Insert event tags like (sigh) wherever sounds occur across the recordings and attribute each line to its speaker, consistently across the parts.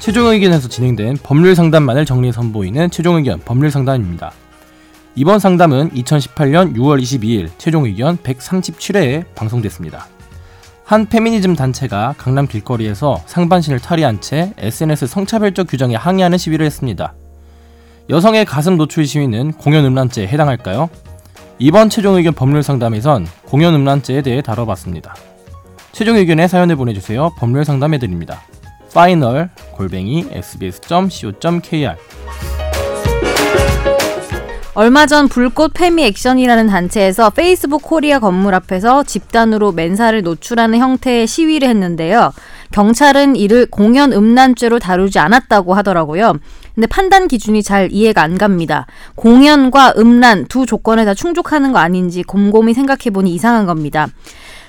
Speaker 1: 최종 의견에서 진행된 법률 상담만을 정리해 선보이는 최종 의견 법률 상담입니다. 이번 상담은 2018년 6월 22일 최종 의견 137회에 방송됐습니다. 한 페미니즘 단체가 강남 길거리에서 상반신을 탈의한 채 SNS 성차별적 규정에 항의하는 시위를 했습니다. 여성의 가슴 노출 시위는 공연 음란죄에 해당할까요? 이번 최종 의견 법률 상담에선 공연 음란죄에 대해 다뤄봤습니다. 최종 의견에 사연을 보내주세요. 법률 상담해드립니다. 파이널 골뱅이 sbs.co.kr
Speaker 2: 얼마 전 불꽃 페미 액션이라는 단체에서 페이스북 코리아 건물 앞에서 집단으로 맨살을 노출하는 형태의 시위를 했는데요. 경찰은 이를 공연 음란죄로 다루지 않았다고 하더라고요. 근데 판단 기준이 잘 이해가 안 갑니다. 공연과 음란 두 조건에 다 충족하는 거 아닌지 곰곰이 생각해 보니 이상한 겁니다.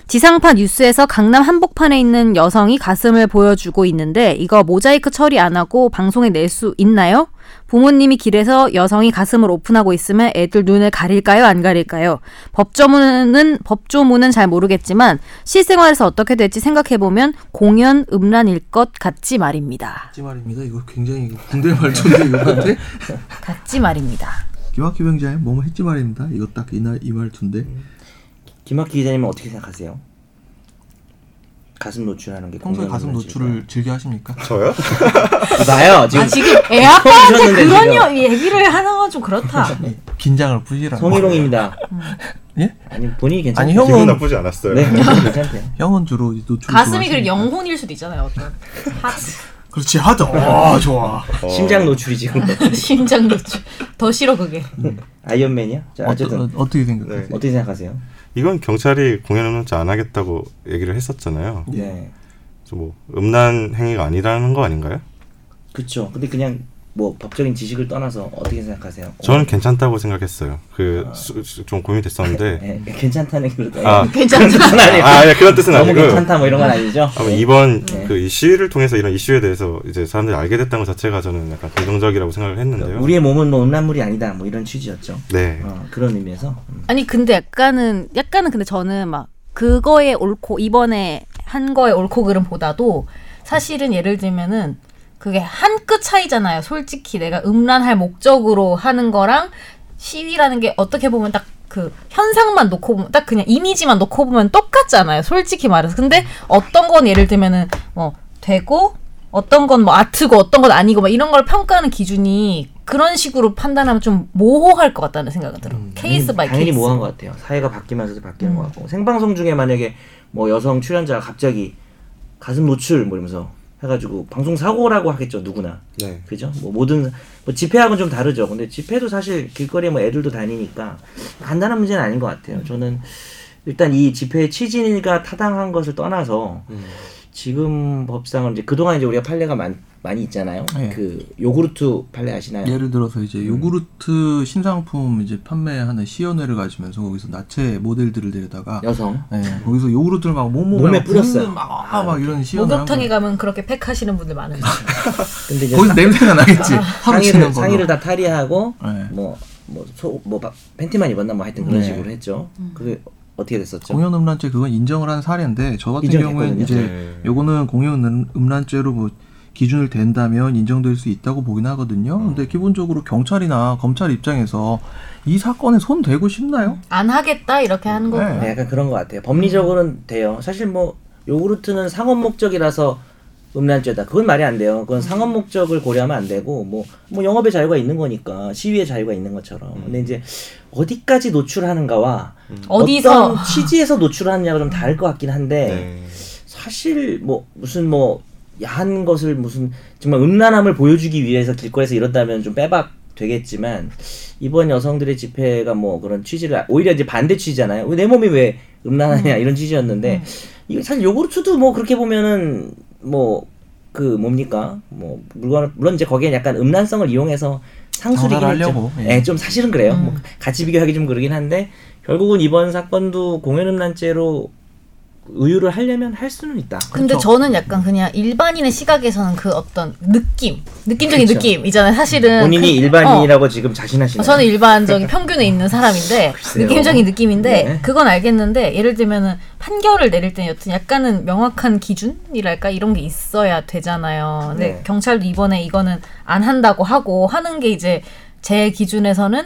Speaker 2: 지상파 뉴스에서 강남 한복판에 있는 여성이 가슴을 보여주고 있는데 이거 모자이크 처리 안 하고 방송에 낼 수 있나요? 부모님이 길에서 여성이 가슴을 오픈하고 있으면 애들 눈을 가릴까요? 안 가릴까요? 법조문은 법조문은 잘 모르겠지만 실생활에서 어떻게 될지 생각해 보면 공연 음란일 것 같지 말입니다.
Speaker 3: 같지 말입니다. 이거 굉장히 이거 군대 말투인데 이거 같아?
Speaker 4: (laughs)
Speaker 2: 같지 말입니다.
Speaker 3: 김학규 병장님 뭐뭐 했지 말입니다. 이거 딱 이날 이 말투인데
Speaker 4: 음. 김학기 기자님은 어떻게 생각하세요? 가슴 노출하는 게
Speaker 3: 평소에
Speaker 4: 공연을
Speaker 3: 가슴
Speaker 4: 하실까요? (laughs)
Speaker 3: 노출을 즐겨 하십니까?
Speaker 5: 저요?
Speaker 4: 나요 지금
Speaker 2: 아, 지금 애 아빠한테
Speaker 4: 쳐주셨는데,
Speaker 2: 네. 그런
Speaker 4: 지금.
Speaker 2: 여- 얘기를 하는 건 좀 그렇다.
Speaker 3: 예, 긴장을 푸시라.
Speaker 4: 성희롱입니다.
Speaker 3: 예?
Speaker 4: 아니 본인이 괜찮아요.
Speaker 3: 아니
Speaker 5: 기분
Speaker 3: 형은
Speaker 5: 나쁘지 않았어요.
Speaker 3: (laughs)
Speaker 4: 네 본인이 괜찮대요.
Speaker 3: 형은 주로 이제 노출.
Speaker 6: 가슴이
Speaker 3: 좋아하시니까.
Speaker 6: 그리고 영혼일 수도
Speaker 2: (laughs)
Speaker 6: 있잖아요. 어떤
Speaker 3: 그렇지 하죠.
Speaker 4: 네.
Speaker 3: 아 좋아.
Speaker 5: 어,
Speaker 4: 심장
Speaker 3: (laughs)
Speaker 4: 노출이 지금
Speaker 6: 심장 노출 더 싫어 그게.
Speaker 4: 아이언맨이야. 자,
Speaker 3: 어떠,
Speaker 4: 네, 어쨌든
Speaker 3: 어, 어떻게 생각하세요?
Speaker 4: 어떻게 생각하세요?
Speaker 5: 이건 경찰이 공연을 안 하겠다고 얘기를 했었잖아요.
Speaker 3: 예.
Speaker 4: 네,
Speaker 5: 그래서 뭐 음란 행위가 아니라는 거 아닌가요?
Speaker 4: 그렇죠. 근데 그냥 뭐 법적인 지식을 떠나서 어떻게 생각하세요?
Speaker 5: 저는 괜찮다고 생각했어요. 그 좀 고민이
Speaker 4: (laughs)
Speaker 5: 됐었는데
Speaker 4: 네, (laughs) 괜찮다는 그런
Speaker 5: 아,
Speaker 6: 괜찮죠.
Speaker 5: 아, 아니, 그런 뜻은
Speaker 4: 너무
Speaker 5: 아니고
Speaker 4: 괜찮다 뭐 이런 건 아니죠?
Speaker 5: 아마 이번
Speaker 4: 네.
Speaker 5: 그 이슈를 통해서 이런 이슈에 대해서 이제 사람들이 알게 됐다는 것 자체가 저는 약간 긍정적이라고 생각을 했는데요.
Speaker 4: 우리의 몸은 뭐 음란물이 아니다 뭐 이런 취지였죠.
Speaker 5: 네.
Speaker 4: 어, 그런 의미에서 음.
Speaker 2: 아니 근데 약간은 약간은 근데 저는 막 그거에 옳고 이번에
Speaker 6: 한 거의 옳고 그름보다도 사실은 예를 들면은 그게 한 끗 차이잖아요. 솔직히 내가 음란할 목적으로 하는 거랑 시위라는 게 어떻게 보면 딱 그 현상만 놓고 보면 딱 그냥 이미지만 놓고 보면 똑같잖아요. 솔직히 말해서. 근데 어떤 건 예를 들면은 뭐 되고 어떤 건 뭐 아트고 어떤 건 아니고 막 이런 걸 평가하는 기준이 그런 식으로 판단하면 좀 모호할 것 같다는 생각이 들어요. 케이스 바이
Speaker 4: 음, 당연히
Speaker 6: 케이스. 음.
Speaker 4: 모호한 것 같아요. 사회가 바뀌면서도 바뀌는 것 같고 생방송 중에 만약에 뭐 여성 출연자가 갑자기 가슴 노출 뭐 이러면서 해가지고 방송 사고라고 하겠죠 누구나
Speaker 5: 네.
Speaker 4: 그죠? 뭐 모든 뭐 집회하고는 좀 다르죠. 근데 집회도 사실 길거리에 뭐 애들도 다니니까 간단한 문제는 아닌 것
Speaker 3: 음.
Speaker 4: 같아요. 저는 일단 이 집회의 취지가 타당한 것을 떠나서
Speaker 3: 음.
Speaker 4: 지금 법상은 이제 그동안 이제 우리가 판례가 많, 많이 있잖아요.
Speaker 3: 네.
Speaker 4: 그 요구르트 판례 아시나요?
Speaker 3: 예를 들어서
Speaker 4: 음.
Speaker 3: 이제 요구르트 신상품 이제 판매하는 시연회를 가지면서 거기서 나체 모델들을 데려다가
Speaker 4: 여성
Speaker 3: 예, 거기서 요구르트를 막 몸에
Speaker 4: 몸에
Speaker 3: 막
Speaker 4: 뿌렸어요.
Speaker 3: 붓는 막, 아, 막 이런 시연을 한
Speaker 6: 목욕탕에
Speaker 3: 거예요.
Speaker 6: 가면 그렇게 팩 하시는 분들 많은데.
Speaker 4: 근데 이제
Speaker 3: 거기서 냄새가
Speaker 4: (laughs)
Speaker 3: 나겠지. 하루 지는
Speaker 4: 상의를,
Speaker 3: 거.
Speaker 4: 상의를 다 탈의하고
Speaker 3: 네.
Speaker 4: 뭐뭐소뭐 팬티만 입었나 뭐 하여튼 그런
Speaker 3: 네.
Speaker 4: 식으로 했죠. 그게 어떻게 됐었죠?
Speaker 3: 그렇죠. 공연 음란죄 그건 인정을 한 사례인데 저 같은 경우는
Speaker 4: 인정했거든요.
Speaker 3: 이제 요거는 공연 음- 음란죄로 뭐 기준을 댄다면 인정될 수 있다고 보긴 하거든요. 근데 기본적으로 경찰이나 검찰 입장에서 이 사건에 손 대고 싶나요?
Speaker 6: 안 하겠다 이렇게 하는 거구나.
Speaker 3: 네.
Speaker 4: 네, 약간 그런 것 같아요. 법리적으로는 돼요. 사실 뭐 요구르트는 상업 목적이라서 음란죄다. 그건 말이 안 돼요. 그건 상업 목적을 고려하면 안 되고 뭐 뭐 영업의 자유가 있는 거니까 시위의 자유가 있는 것처럼. 근데 이제 어디까지 노출하는가와
Speaker 6: 음. 어디서?
Speaker 4: 어떤 취지에서 노출하느냐가 좀 다를 것 같긴 한데
Speaker 5: 네.
Speaker 4: 사실 뭐 무슨 뭐 야한 것을 무슨 정말 음란함을 보여주기 위해서 길거리에서 이런다면 좀 빼박 되겠지만 이번 여성들의 집회가 뭐 그런 취지를 오히려 이제 반대 취지잖아요. 내 몸이 왜 음란하냐 이런 취지였는데 이거 사실 요구르트도 뭐 그렇게 보면은 뭐 그 뭡니까 뭐 물건 물론 이제 거기에 약간 음란성을 이용해서 상술이긴
Speaker 3: 전화를
Speaker 4: 했죠.
Speaker 3: 하려고,
Speaker 4: 예,
Speaker 3: 예.
Speaker 4: 좀 사실은 그래요. 뭐 같이 비교하기 좀 그러긴 한데 결국은 이번 사건도 공연 음란죄로 의유를 하려면 할 수는 있다.
Speaker 6: 근데
Speaker 3: 그쵸.
Speaker 6: 저는 약간 그냥 일반인의 시각에서는 그 어떤 느낌, 느낌적인
Speaker 4: 그쵸.
Speaker 6: 느낌이잖아요. 사실은
Speaker 4: 본인이
Speaker 6: 그-
Speaker 4: 일반인이라고 지금 자신하시는.
Speaker 6: 어, 저는 일반적인 평균에 있는 사람인데
Speaker 4: (laughs) 글쎄요.
Speaker 6: 느낌적인 느낌인데
Speaker 4: 네.
Speaker 6: 그건 알겠는데 예를 들면은 판결을 내릴 때 여튼 약간은 명확한 기준이랄까 이런 게 있어야 되잖아요. 근데
Speaker 4: 네.
Speaker 6: 경찰도 이번에 이거는 안 한다고 하고 하는 게 이제 제 기준에서는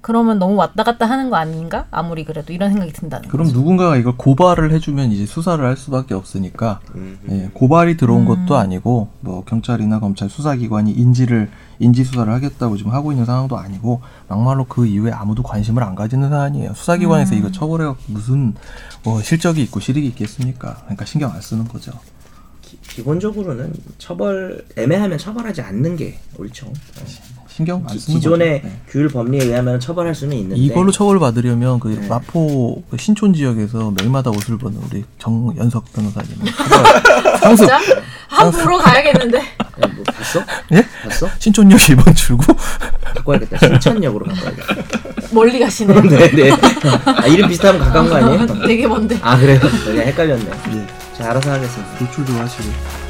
Speaker 6: 그러면 너무 왔다 갔다 하는 거 아닌가? 아무리 그래도 이런 생각이 든다는
Speaker 3: 그럼
Speaker 6: 거죠.
Speaker 3: 누군가가 이걸 고발을 해주면 이제 수사를 할 수밖에 없으니까
Speaker 4: 음.
Speaker 3: 예, 고발이 들어온
Speaker 6: 음.
Speaker 3: 것도 아니고 뭐 경찰이나 검찰 수사기관이 인지를 인지 수사를 하겠다고 지금 하고 있는 상황도 아니고 막말로 그 이후에 아무도 관심을 안 가지는 사안이에요. 수사기관에서
Speaker 4: 음.
Speaker 3: 이거 처벌해 무슨 뭐 실적이 있고 실익이 있겠습니까? 그러니까 신경 안 쓰는 거죠.
Speaker 4: 기- 기본적으로는 처벌 애매하면 처벌하지 않는 게 옳죠.
Speaker 3: 신경 안
Speaker 4: 기-
Speaker 3: 쓰는
Speaker 4: 기존의
Speaker 3: 거죠. 네.
Speaker 4: 규율 법리에 의하면 처벌할 수는 있는데
Speaker 3: 이걸로 처벌받으려면 그
Speaker 4: 네.
Speaker 3: 마포 그 신촌 지역에서 매일마다 옷을 벗는 우리 정연석
Speaker 4: (laughs)
Speaker 3: 변호사님
Speaker 1: 상습
Speaker 6: 진짜 한 보러 가야겠는데.
Speaker 4: 야, 뭐 봤어?
Speaker 3: 예?
Speaker 4: 봤어?
Speaker 3: 신촌역 1번 출구
Speaker 4: 바꿔야겠다. 신천역으로 바꿔야겠다.
Speaker 6: 멀리 가시네.
Speaker 4: 네네. 아, 이름 비슷하면
Speaker 3: (laughs)
Speaker 4: 가까운 거 아니에요?
Speaker 6: (laughs) 되게 먼데.
Speaker 4: 아 그래요? 그냥 헷갈렸네.
Speaker 3: 예.
Speaker 4: 자 알아서 하겠습니다.
Speaker 3: 노출 좋아하시고